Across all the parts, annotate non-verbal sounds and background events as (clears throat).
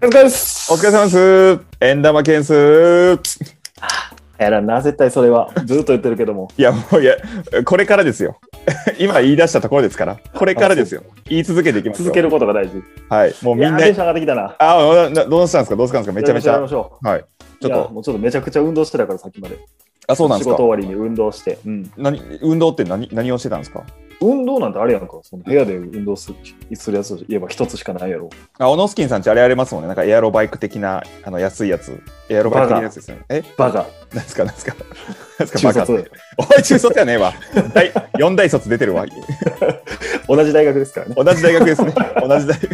お疲れ様です。お疲れ様です。円玉件数。やらんな、絶対それは。ずっと言ってるけども。いや、もう、いや、これからですよ。 (laughs) 今言い出したところですから、これからですよ。言い続けていきますよ。続けることが大事。はい。もうみんいなやテン、ション上がってきたな。あななどうしたんですかどうしたんですかめちゃめちやりゃま。しょはい。う。ちょっいやと、もうちょっとめちゃくちゃ運動してたから、さっきまで。あ、そうなんです仕事か終わりに運動して。うん。何運動って何何をしてたんですか運動なんてあれやんか。その部屋で運動するするやつといえば一つしかないやろ。あ、オノスキンさんちあれありますもんね。なんかエアロバイク的な、あの、安いやつ。エアロバイク的なやつですよね。えバカ。何ですか何ですか何ですか中バカって。卒。おい、中卒やねえわ。はい。4大卒出てるわ。同じ大学ですから (laughs) ね。同じ大学ですね。同じ大学。同じ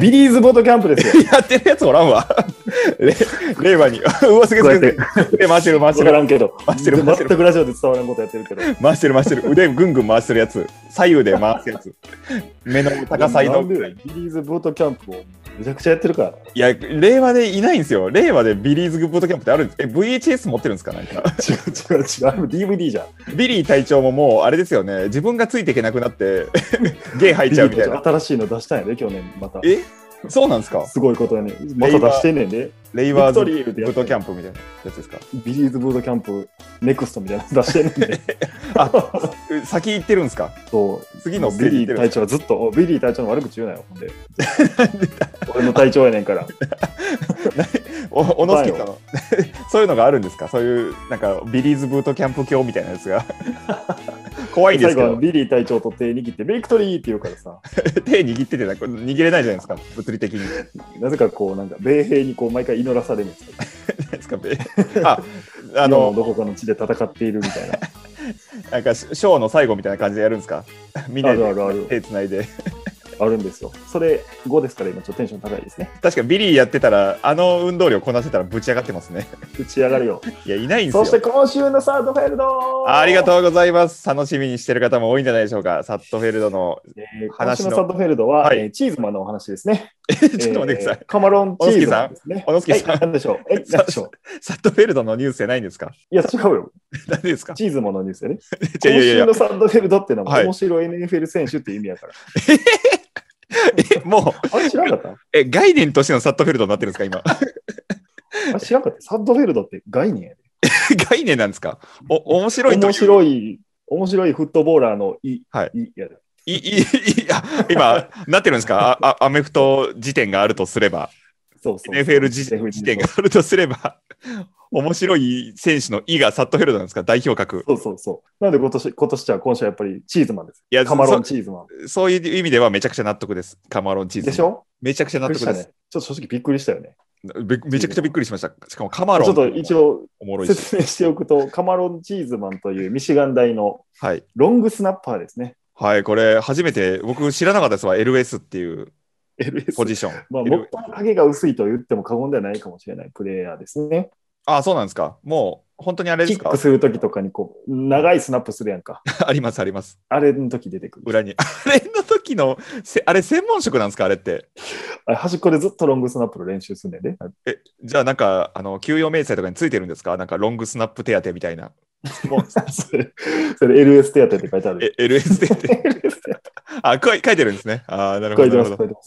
ビリーズボートキャンプですよ。 (laughs) やってるやつおらんわ。 (laughs) れ令和に。 (laughs) うわ、すげえこうやすっげえてすげえ。腕回してる、回わしてかる。らんけど。回してる回して全るくラジオで伝わらんことやってるけど。回してる、回してる。腕ぐんぐん回してるやつ。左右で回す (laughs) やつ。目の高さ移な動ん。でビリーズボートキャンプをめちゃくちゃやって (laughs) るから。いや、令和でいないんですよ。令和でビリーズグッドキャンプってあるんです。え、VHS 持ってるんですかなんか。違う違う違う。あれも DVD じゃん。ビリー隊長ももう、あれですよね。自分がついていけなくなって、 (laughs) ゲイ吐いちゃうみたいな。新しいの出したんやで、去年また。えそうなんですかすごいことやね。また出してんねんで。レイビワクーズトグリーでやッってドキャンプみたいなやつですかビリーズブートキャンプネクストみたいなの出してんねん (laughs) で。あえ先行ってるんですかそう。次のステービジ行リってーるんで隊長はずっと、おビリー隊長の悪口言うなよ、ほん (laughs) で。俺の隊長やねんから。すかお小野助さんの (laughs) そういうのがあるんですかそういうなんかビリーズブートキャンプ教みたいなやつが (laughs) 怖いんで最す後けはどビリー隊長と手握って、ビクトリーって言うからさ、手握っててなんか握れないじゃないですか物理 (laughs) 的にななぜかこう、なんか、米兵にこう、毎回祈らされるんですよ。いですかべあああの、のどこかの地で戦っているみたいな。なんかショーの最後みたいな感じでやるんですかみん (laughs) なあるあるあでる手つないであるんですよ。それ5ですから、今ちょっとテンション高いですね。確かビリーやってたらあの運動量こなしてたらぶち上がってますね打ち上がるよ。いやいないんですそよして今週のサードフェルドありがう、とうございます楽しみにしてる方も多いんじゃないでしょうかサットフェルドのえー今話週ののサードフェルドは、はいえーチーズマンのお話ですね。 (laughs) ちょっと待ってください、えーカマロンチーズマンですね。小野助さんはい、なんでしょうえ、なんでしょうサットフェルドのニュースじゃないんですかいや、違うよ。何ですかチーズマンのニュースよね。い今やいやい週やのサードフェルドってのははい面白い NFL 選手っていう意味やから。えもうあれ知らなかっえ概念としてのサットフェルドになってるんですか今たあれ知らなかった。サードフェルドって概念やで。 (laughs) 概念なんですかお面白いという面白い、面白いフットボーラーのい、はいいやで。いいいいあ今なってるんですかああアメフト辞典があるとすればそうそう。 NFL 辞辞典があるとすれば面白い選手の「い」がサットフェルドなんですか代表格そうそうそう。なんで今年、今年じゃ今週はやっぱりチーズマンです。いやカマロンチーズマン。そういう意味ではめちゃくちゃ納得ですカマロンチーズでしょめちゃくちゃ納びっくりし得たでねす、。ちょっと正直びっくりしたよね。べめちゃくちゃびっくりしましたしかもカマロンちょっと一応おもろいし、説明しておくと、カマロン・チーズマンというミシガン大のはい、ロングスナッパーですね。はい、これ初めて僕知らなかったですわ LS っていう LS ポジション。まあ、 L- 最も影が薄いと言っても過言ではないかもしれないプレイヤーですね。あそうなんですか。もう本当にあれでキすッかク。するときとかにこう長いスナップするやんか。 (laughs) ありますあります。あれの時出てくる。裏に。 (laughs) あれの時のせあれ専門職なんですかあれって。あれ端っこでずっとロングスナップの練習すんねんで。えじゃあなんかあの給与明細とかについてるんですかなんかロングスナップ手当みたいな。もうそれ、それ LS 手当って書いてある。え LS 手 (laughs) LS 手当当。あこい書いてるんですね。あーなる書ほいてどなます、書るほど。いてま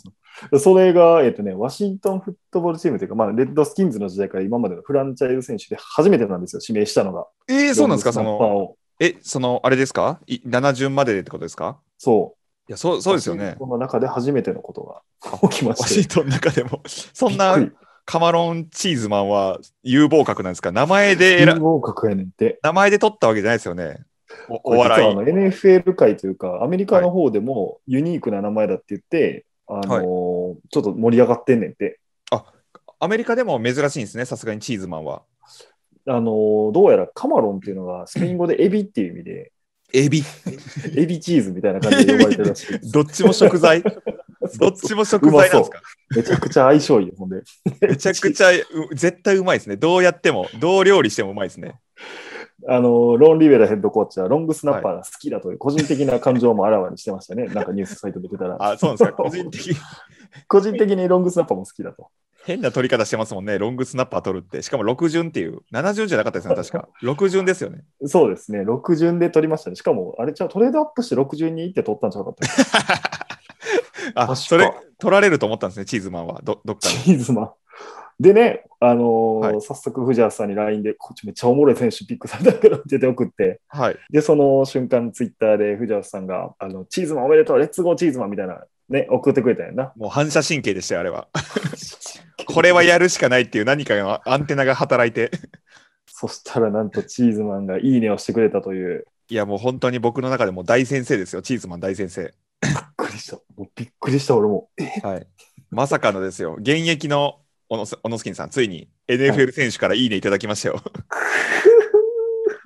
す。それが、えっとね、ワシントンフットボールチームというか、まあ、レッドスキンズの時代から今までのフランチャイズ選手で初めてなんですよ、指名したのが。えー、そうなんですかそロングスナッパーのをえそのあれですかい ?7 巡まででってことですかそう。いやそうそうですよね。この中で初めてのことが起きまワしシンて。トンの中で (laughs) もそんなびっくりカマロンチーズマンは有望格なんですか名前で選不合格やねんって。名前で取ったわけじゃないですよね。おおこれ笑い実はあ。の NFL 界というか、アメリカの方でもユニークな名前だって言って、あのーはいちょっと盛り上がってんねんって。アメリカでも珍しいんですね、さすがにチーズマンは。あのーどうやらカマロンっていうのがスペイン語でエビっていう意味 (laughs) で、エビ。エビチーズみたいな感じで呼ばれてるらしいです。 (laughs) どっちも食材。 (laughs) どっちも食材なんですか。めちゃくちゃ相性いい、ほんで。めちゃくちゃう絶対うまいですね。どうやっても、どう料理してもうまいですね。 (laughs) あのロン・リベラヘッドコーチはロングスナッパーが好きだという個人的な感情もあらわにしてましたね、なんかニュースサイト見てたら。あ、そうなんです (laughs) か。個人的に個人的にロングスナッパーも好きだと。変な取り方してますもんね。ロングスナッパー取るって。しかも6巡っていう。7巡じゃなかったですね、確 (laughs) か。6巡ですよね。そうですね、6巡で取りましたね。しかも、あれじゃあトレードアップして6巡に行って取ったんちゃうかった。確かあ、それ、取られると思ったんですね、チーズマンは。ど、どっか (laughs) に。チーズマン。でね、あのーはい早速藤原さんに LINE で、こっちめっちゃおもろい選手ピックされたからって言って送って、はい。で、その瞬間ツイッターで藤原さんが、あの、チーズマンおめでとう、レッツゴーチーズマンみたいな、ね、送ってくれたんやな。もう反射神経でしたよ、あれは。 (laughs) これはやるしかないっていう何かのアンテナが働いて。そしたらなんとチーズマンがいいねをしてくれたという、いや、もう本当に僕の中でも大先生ですよ、チーズマン大先生。びっくりした。もうびっくりした、俺も。はい。まさかのですよ、現役のオノスオノスキンさん、ついに NFL 選手からいいねいただきましたよ。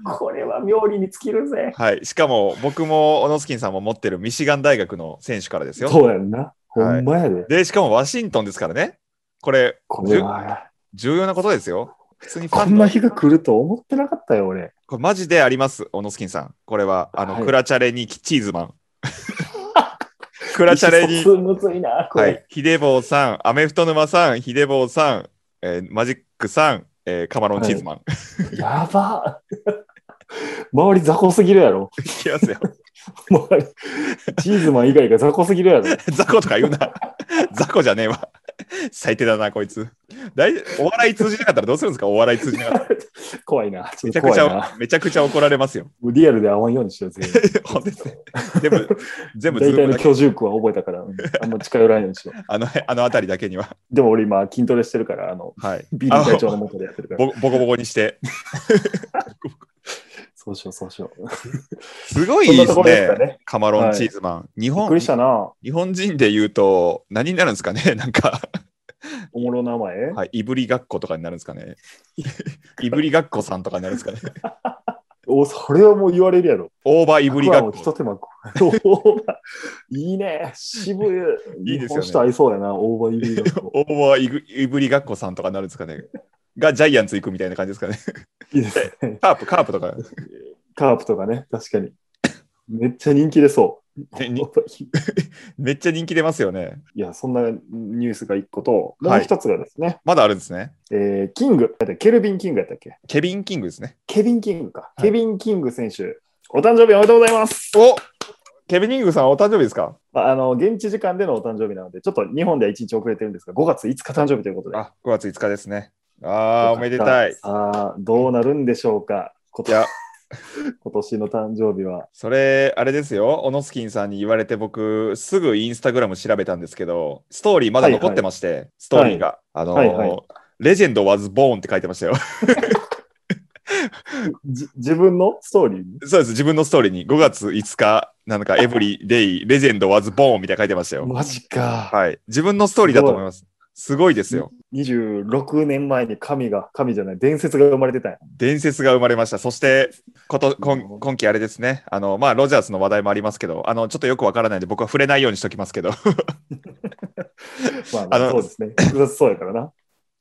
これは妙理に尽きるぜ。はい。しかも、僕もオノスキンさんも持ってるミシガン大学の選手からですよ。そうやんな。ほんまやで。で、しかもワシントンですからね。これ、こじれゅは、重要なことですよ。普通にフこァんンなの。日が来ると思ってなかったよ、俺。これマジであります、オノスキンさん。これは、あの、はいクラチャレにチーズマン。 (laughs) クラチャレに意思疎通むずいな、これ。はい、ヒデボーさん、アメフト沼さん、ヒデボーさん、えーマジックさん、えーカマロンチーズマン。やば。周り雑魚すぎるやろ。 (laughs) い、きますよ。周りチーズマン以外が雑魚すぎるやろ。 (laughs) 雑魚とか言うな。雑魚じゃねえわ。最低だな、こいつ。大お笑い通じなかったらどうするんですかお笑い通じなかっ (laughs) たら。怖いな。ちょめっちゃと怖くいちなゃ、。めちゃくちゃ怒られますよ。 (laughs) リアルで会わんようにしよう、全員。本当ですね全部、全部ズ大ー体ムのだけ居住区は覚えたから、うんあんま近寄らんようにしよう。あの、あの辺りだけには。でも俺今、筋トレしてるから、あの、はい。ビリー会長の元でやってるから。ボボコボコ (laughs) にして。そうしよう、そうしよう。すごいそんでなとすころですかね。ね。カマロンチーズマン。日びっ本くりしたな。日本人で言うと、何になるんですかね (laughs) なんか。おもろ名前。はい、いぶりがっことかになるんですかね。いぶりがっこさんとかになるんですかね。お、それはもう言われるやろ。オーバーいぶりがアっクアを一こ。手間加える。大葉いいね。渋い。いいですよ日本ね人合いそうやな。大葉いいだと。オーバーいぶいぶりがっこさんとかになるんですかね。がジャイアンツ行くみたいな感じですかね。 (laughs) いいですね。カープ、カープ (laughs) とか。カープとかね、確かに。めっちゃ人気出そう。ねに大葉いいめっちゃ人気出ますよね。いや、そんなニュースが一個と、もう一つがですね、まだあるんですね。えーキング、だってケルビン・キングやったっけケビン・キングですね。ケビン・キングか。いケビン・キング選手、お誕生日おめでとうございます。おケビン・キングさんお誕生日ですかまあ、あの現地時間でのお誕生日なので、ちょっと日本では1日遅れてるんですが、5月5日誕生日ということで。あ、5月5日ですね。あー、おめでたい。ああ、どうなるんでしょうか。今いや年、 (laughs) 今年の誕生日は。それ、あれですよ。オノスキンさんに言われて、僕、すぐインスタグラム調べたんですけど、ストーリーまだ残ってまして、ストーリーが。あのーはいはいレジェンド・ワズ・ボーンって書いてましたよ。じ自分のストーリーにそうです。自分のストーリーに5月5日、なんか、エブリデイ、レジェンド・ワズ・ボーンみたいな書いてましたよ。マジか。はい。自分のストーリーだと思います。すごいですよ。 26年前に神が、神じゃない、伝説が生まれてたんや伝説が生まれました。そして、こと今今期あれですね。あの、まあ、ロジャースの話題もありますけど、あの、ちょっとよくわからないんで、僕は触れないようにしときますけど。 (laughs) まあまあ、あのそうですね。複雑そうやからな。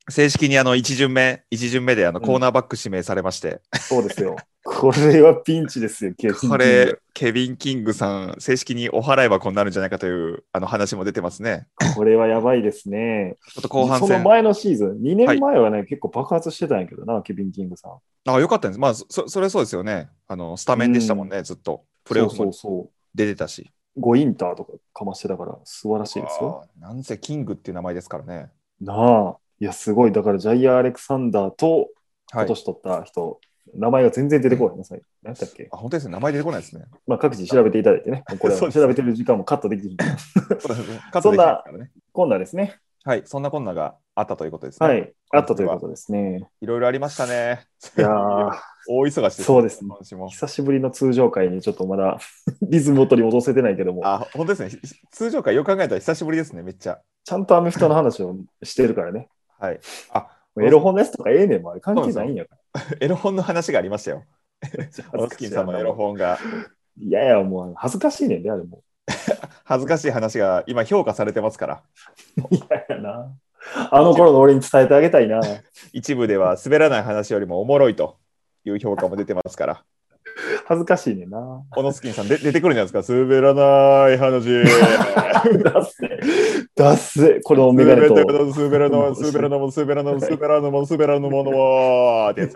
正式にあの1巡目、1巡目であのうんコーナーバック指名されまして、そうです (laughs) よ。これはピンチですよ、ケビンキングこれ、ケビン・キングさん、正式にお払い箱になるんじゃないかというあの話も出てますね。これはやばいですね。ちょっと後半その戦。前のシーズン、2年前はね、結構爆発してたんやけどな、ケビン・キングさん。あよかったです。まあ、そそれはそうですよね。あのスタメンでしたもんね、ずっと。プレーオフそうもそう出てたし。そう。5インターとかかましてたから、素晴らしいですよ。あーなんせキングっていう名前ですからね。なあ。いや、すごい。だから、ジャイアー・アレクサンダーと、今はい。年取った人、名前が全然出てこないなさい。何だっけあ本当ですね。名前出てこないです (laughs) ね。まあ、各自調べていただいて (laughs) ね。これそはうですね調べてる時間もカットできる。そうですね。カットできないですからね。今度はですね。はい。そんなこんながあったということですね。。はいい。あったということですね。ろいろありましたね。いやー (laughs) 大忙しです、そうですね今週も久しぶりの通常会にちょっとまだ (laughs) リズムを取り戻せてないけども、あ、本当ですね。ひ通常回よく考えたら久しぶりですね、めっちゃ。ちゃんとアメフトの話をしてるからね。はい。 (laughs) あ、エロ本ですとかええねんもんあれ関係ないんやかエロ本の話がありましたよ。ら。オスキンさんのエロ本が。いやいや、もう恥ずかしいねんで、あれも恥ずかしい話が今評価されてますから。う。いやいやな。あの頃の俺に伝えてあげたいな。一部では滑らない話よりもおもろいという評価も出てますから。恥ずかしいねんな。オノスキンさんで出てくるんじゃないですか。滑らない話。 (laughs) だっせ。だっせ。このメガ滑ネらとない。滑らない滑らない滑らない滑らない滑らないものは (laughs) ってやつ。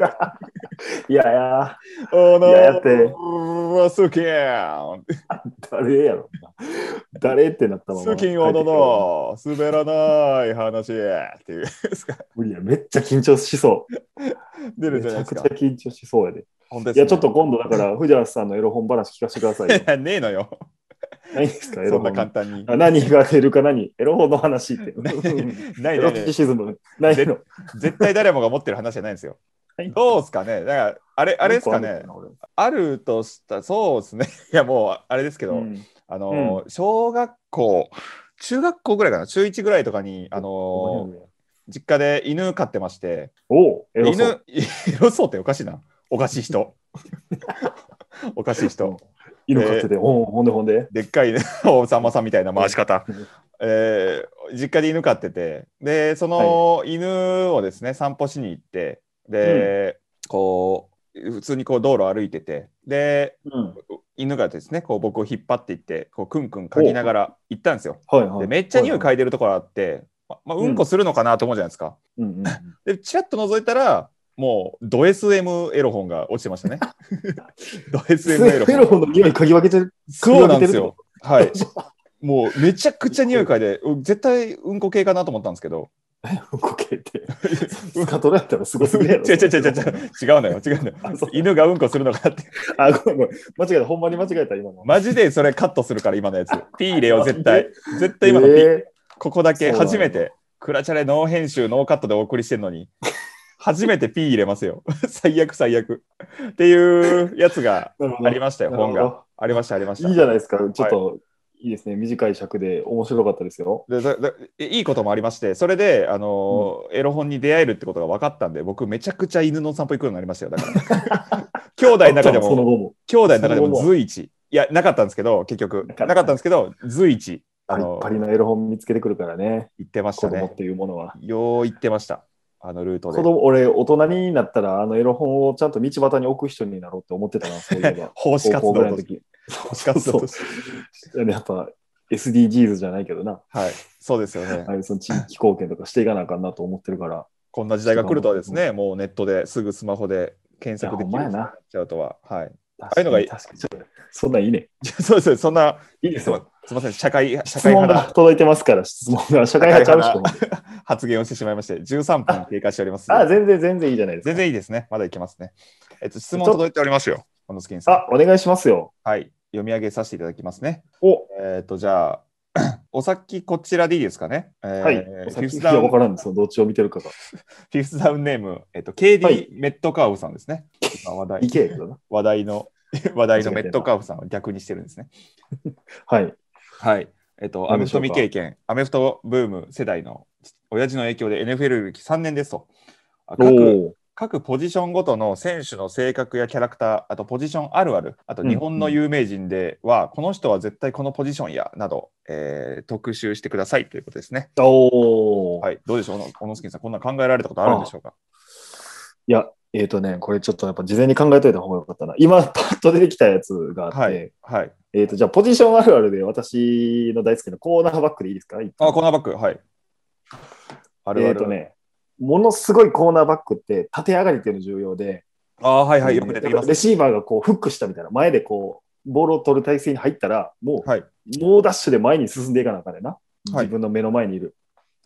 いやいや、オノいややってスキン誰やろな。誰ってなったまま。スキンをのの滑らない話っていう。無理や、めっちゃ緊張しそう。出めるじゃちないゃでくすちゃか。緊張しそうやで。本当でいすねや、ちょっと。今度だから、藤原さんのエロ本話聞かせてくださいよ。いや (laughs) ねえのよ。何ですか、エそロんな本。簡単に。あ何が出るか何エロ本の話って。 (laughs) ないエロないないティシズム。ないの。絶対誰もが持ってる話じゃないんですよ。 (laughs) どうですかねだから、あれ、あれですかねあるとしたそうですね。 (laughs) いや、もう、あれですけど、うんあの、小学校、中学校ぐらいかな、中1ぐらいとかに、あの、実家で犬飼ってまして、おうエロそう犬、 (laughs) エロそうっておかしいな。おかし (laughs) い人。おかしい人。犬飼ってて、おうほんでほんで。でっ (laughs) かい、ね、おさんまさんみたいな回し方。えー実家で犬飼ってて、で、その犬をですね、散歩しに行って、で、こう、普通にこう道路歩いてて、で、うん犬がですね、こう僕を引っ張っていって、こうクンクン嗅ぎながら行ったんですよ。はいはい。で、めっちゃ匂いは嗅いでるところあって、ままあ、うんこするのかなと思うじゃないですか。いはい。うん (laughs) うんで、チラッと覗いたら、もうド SM エロ本が落ちてまし (laughs) たね。ド SM エロエ本ロ。本の匂い嗅ぎ分けてる。そうなんですよ。 (laughs) はい。もうめちゃくちゃ匂い嗅いで、う絶対うんこ系かなと思ったんですけど、こけ (laughs) て。スカトラやったらすごすぎるやろ。違う違う違う違う、違うのよ、違うのよ。あそう犬がうんこするのかなって。あ、ごめんごめん。間違えた。ほんまに間違えた、今の。マジでそれカットするから、今のやつ。ピー入れよう、絶対。絶対今のピー、えここだけそうなんだ初めて、クラチャレノー編集、ノーカットでお送りしてるの (laughs) に、初めてピー入れますよ。 (laughs) 最悪、最悪。っていうやつがーなるほあどりましたよ、なる本ほが。どありました、ありました。いいじゃないですか。ちょっと、いいですね。短い尺で面白かったですよ。でだだいいこともありまして、それで、あのーエロ本に出会えるってことが分かったんで、僕、めちゃくちゃ犬の散歩行くようになりましたよ、だから。 (laughs) 兄弟の中でそのも、後も。兄弟の中でそのも後随一。いや、なかったんですけど、結局、なかなったかったんですけど、随一、あパリのッパーリのエロ本見つけてくるからね。行ってまし子た供ねっ。ていうものは。よう行ってました、あのルート子で。。供俺、大人になったら、あのエロ本をちゃんと道端に置く人になろうって思ってたな、そういえば (laughs) 奉仕高活動校ぐらいのと時。奉仕活動として (laughs) そうやっぱ SDGs じゃないけどな、はい、そうですよ (laughs) ねあ。あいうその地域貢献とかしていかなあかんなと思ってる (laughs) から、こんな時代が来るとはですね、もうネットですぐスマホで検索できいやるほようんにまやななっちゃうとは。はい。 (laughs) ああいうのがいい確かにちょっとそんなんいいね。そうです、そんな、いいですすいよ。ません、社会、社質会問派がな届いてますから、質問が社会派ちゃうしかも。発言をしてしまいまして、13分経過しております。あ、全然全然いいじゃないですか。全然いいですね。まだいけますね。えっと、質問届いておりますよ。このスキンさあ、お願いしますよ。ん。はい。読み上げさせていただきますね。お、えっと、じゃあ、 (clears throat) お先こちらでいいですかね。えーはい。フさィっフきスがダウン、分フからんですよ、どっちを見てるかが。ィフスダウンネーム、えっと、はい KD メットカーフさんですね。今話題いけやけどな。話題の、 (laughs) 話題のメットカーフさんを逆にしてるんですね。はい。はい。えっと、ア何メでフしょトうか未経験、アメフトブーム世代の親父の影響で NFL 歴3年ですと。あお各おー。各ポジションごとの選手の性格やキャラクター、あとポジションあるある、あとうん日本の有名人では、この人は絶対このポジションやなど、えー特集してくださいということですね。おお、はい、どうでしょう、小野小野助さん、こんな考えられたことあるんでしょうか。いや、えっ、とね、これちょっとやっぱ事前に考えといた方がよかったな。今、 (laughs) パッと出てきたやつがあって、はい、はい。えっ、と、じゃあ、ポジションあるあるで、私の大好きなコーナーバックでいいですかあ、あ、コーナーバック、はい。あるある。えっ、とね、ものすごいコーナーバックって、縦上がりっていうの重要で、あー、はいはい、よく出てきまレす。シーバーがこう、フックしたみたいな、前でこう、ボールを取る体勢に入ったら、もう、はい、猛ダッシュで前に進んでいかなあかんねんな。は自い分の目の前にいる。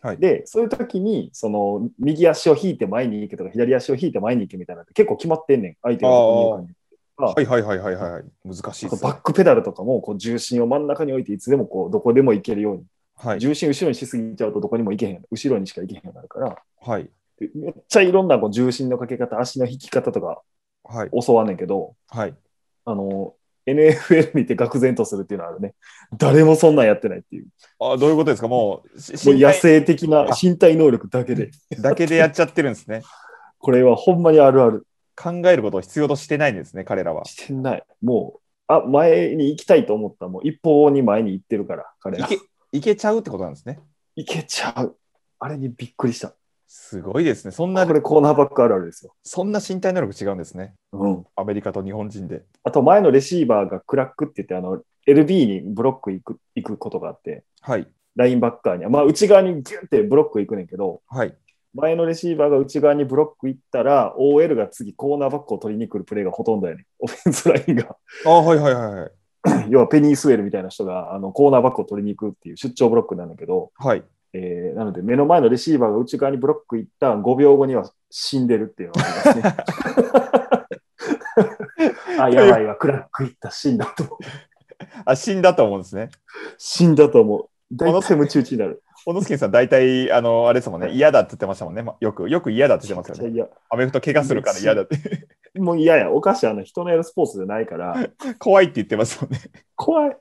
はいで、そういう時に、その、右足を引いて前に行けとか、左足を引いて前に行けみたいなのって結構決まってんねん。相手がどこにいるかにはいはいはいはいはい。難しいあでとすねバッ。クペダルとかもこう重心を真ん中に置いていつでもこうどこでも行けるように、はい、重心後ろにしすぎちゃうとどこにも行けへん後ろにしか行けへんようになるからはい、めっちゃいろんなこう重心のかけ方足の引き方とかはい、教わんねんけどはい。あの NFL 見て愕然とするっていうのはあるね誰もそんなんやってないっていうあどういうことですか、もう、しもう身野体生的な身体能力だけでだけでやっちゃってるんですね。 (laughs) これはほんまにあるある考えることを必要としてないんですね、彼らは。してないもうあ前に行きたいと思ったらもう一方に前に行ってるから彼いらけいけちゃうってことなんですね。行けちゃうあれにびっくりしたすごいですね。そんなこ、れコーナーバックあるあるですよ、そんな身体能力違うんですね。うん、アメリカと日本人で。あと前のレシーバーがクラックって言って、あの、LB にブロック行く行くことがあって、はい。ラインバッカーに、まあ内側にギュンってブロック行くねんけど、はい。前のレシーバーが内側にブロック行ったら、OL が次コーナーバックを取りに来るプレーがほとんどやねん。オフェンスラインが。 (laughs) あはいはいはいはい。要はペニー・スウェルみたいな人があのコーナーバックを取りに行くっていう出張ブロックなんだけど、はい。えーなので目の前のレシーバーが内側にブロック行った5秒後には死んでるっていうのがありますね。(laughs) あ、やばいわ、クラック行った、死んだと思う。あ、死んだと思うんですね。死んだと思う。大体ムチ打ちになる。小野助さん、大体、あの、あれですもんね、嫌だって言ってましたもんね。まよく、よく嫌だって言ってますよね。いやアメフト怪我するから嫌だって。もう嫌や、お菓子あの人のやるスポーツじゃないから、 (laughs) 怖いって言ってますもんね。怖い。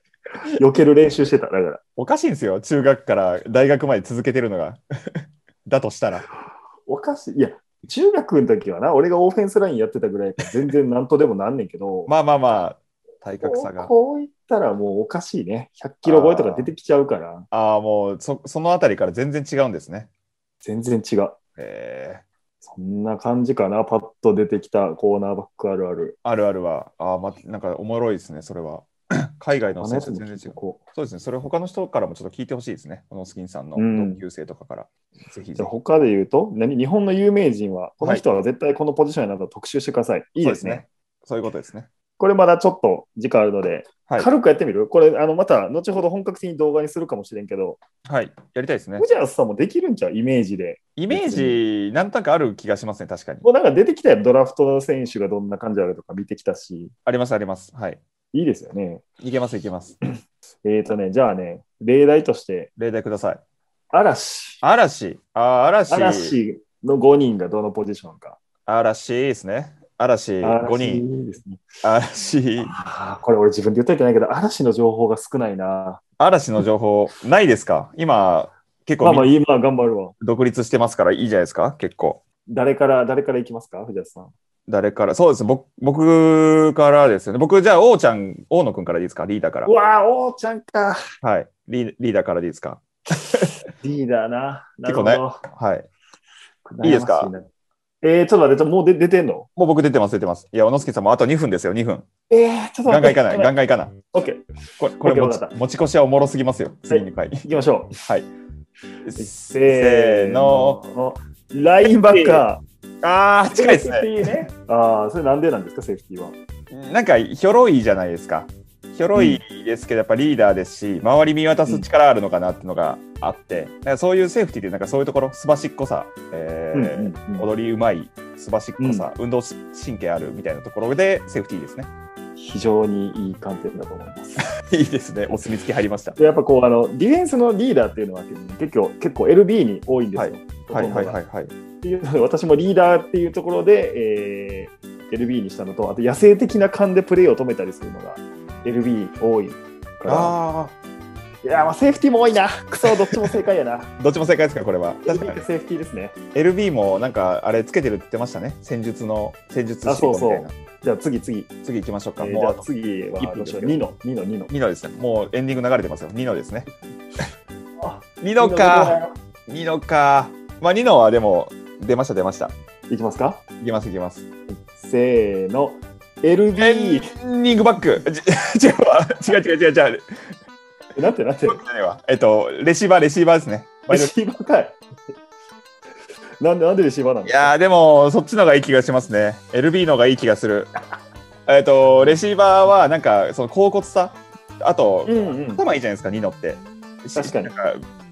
避ける練習してた、だから。おかしいんですよ。中学から大学まで続けてるのが。 (laughs) だとしたら。お菓子、いや、中学の時はな、俺がオフェンスラインやってたぐらいやから全然なんとでもなんねんけど、まあまあまあ、体格差が。こういったらもうおかしいね。100キロ超えとか出てきちゃうから、ああ、もうそ、そのあたりから全然違うんですね。全然違う。えー、そんな感じかな、パッと出てきたコーナーバックあるある。あるあるは。ああ、ま、なんかおもろいですね、それは。 (clears throat) 海外の選手と全然違う。こそうですね、それ他の人からもちょっと聞いてほしいですね。このスキンさんのうん同級生とかから。ぜひうじぜゃあひ。他で言うと何、日本の有名人は、この人は絶対このポジションになったら特集してください。いいですね。そういうことですね。これまだちょっと時間あるので、はい。軽くやってみるこれ、あのまた後ほど本格的に動画にするかもしれんけど、はい。やりたいですねウ。ジャースさんもできるんちゃうイメージで。イメージ、なんとなくある気がしますね、確かに。もうなんか出てきたやんドラフトの選手がどんな感じあるとか見てきたし、あります、あります。はい。いいですよね。いけます、いけます。えーとね、じゃあね、例題として、例題ください。嵐。嵐。あー嵐。嵐の5人がどのポジションか。嵐ですね。嵐5嵐人。ですね。嵐。あーこれ俺自分で言ったらいけないけど、嵐の情報が少ないな。嵐の情報、ないですか (laughs) 今、結まあま構あみ今頑張るわ。独立してますからいいじゃないですか結構。誰から、誰からいきますか藤田さん。誰から、そうですね。僕僕からですよね。僕、じゃあ、王ちゃん、大野くんからでいいですかリーダーからう。わー、おーちゃんか。はいリー。リーダーからでいいですかリーダーな。な結る構ほねど。はい。いいですか悩ましいなえー、ちょっと待って、ちょもう出出てんのもう僕出てます、出てます。いや、小野助さんもあと2分ですよ、2分。えー、ちょっとガン待っガンて。いかない、ガンガンいかない。オッケー、これ、これ OK 持ちわかった持ち越しはおもろすぎますよ、次の回。行きましょはい。う。せーの。。ラインバッカあー、ー。近いですね。セーフティーね。ああ、それなんでなんですか、セーフティーは。なんかひょろいじゃないですか。ひょろいですけど、やっぱリーダーですし、周り見渡す力あるのかなっていうのがあって、なんかそういうセーフティーって、なんかそういうところ、すばしっこさ、えーうんうんうん踊りうまい、すばしっこさ、運動神経あるみたいなところで、セーフティーですね。 (laughs) 非常にいい観点だと思います。いいですね、お墨付き入りました。でやっぱこうあのディフェンスのリーダーっていうのは結構結構 LB に多いんですよ。。はいはいはいいはい。っていうので私もリーダーっていうところで、えー LB にしたのとあと野生的な感でプレーを止めたりするのが LB 多いからあいやーまあセーフティーも多いなクソどっちも正解やなあ、どっちも正解ですか、これは。確 LB かってに。セーフティーですね LB もなんか、あれつけてるって言ってましたね。戦術の、戦術シートみたいな。じゃあ次次、次行きましょうえか。ーもじうゃああと次は1分どうしようです2の2の2のニノですね。もうエンディング流れてますよ。ニノですねあ。ニノか。ニノか。まあニノはでも出ました出ました。いきますかいきますいきます。せーのエンデ LB ィングバック。じ (laughs) 違うわ違う違う違う違う。なんてなんてバックじゃないわえっとレシーバーレシーバーですね。レシーバーかい。なんで、なんでレシーバーなんいですかやーでもそっちのがいい気がしますね。LB のがいい気がする。えっとレシーバーはなんかその高骨さあとうんうん。頭いいじゃないですか、ニノって。確かになん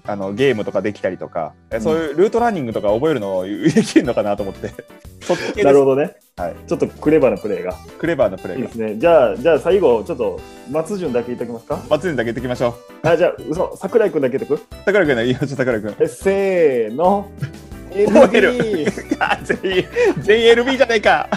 あのゲームとかできたりとか、えそういうルートランニングとか覚えるのできるのかなと思 (laughs) って、そっち系ですなるほどね。はいちょっとクレバーなプレーが。クレバーなプレいいーでがす。ね。じゃあ、じゃあ最後、ちょっと、松潤だけ言っときますか松潤だけ言っておきましょう。あ、じゃあ、嘘、桜井くんだけ言っとく桜井君の言いましょう、桜井 (laughs) 君。えせーの。覚える LB あ全員、全員 LB じゃないか。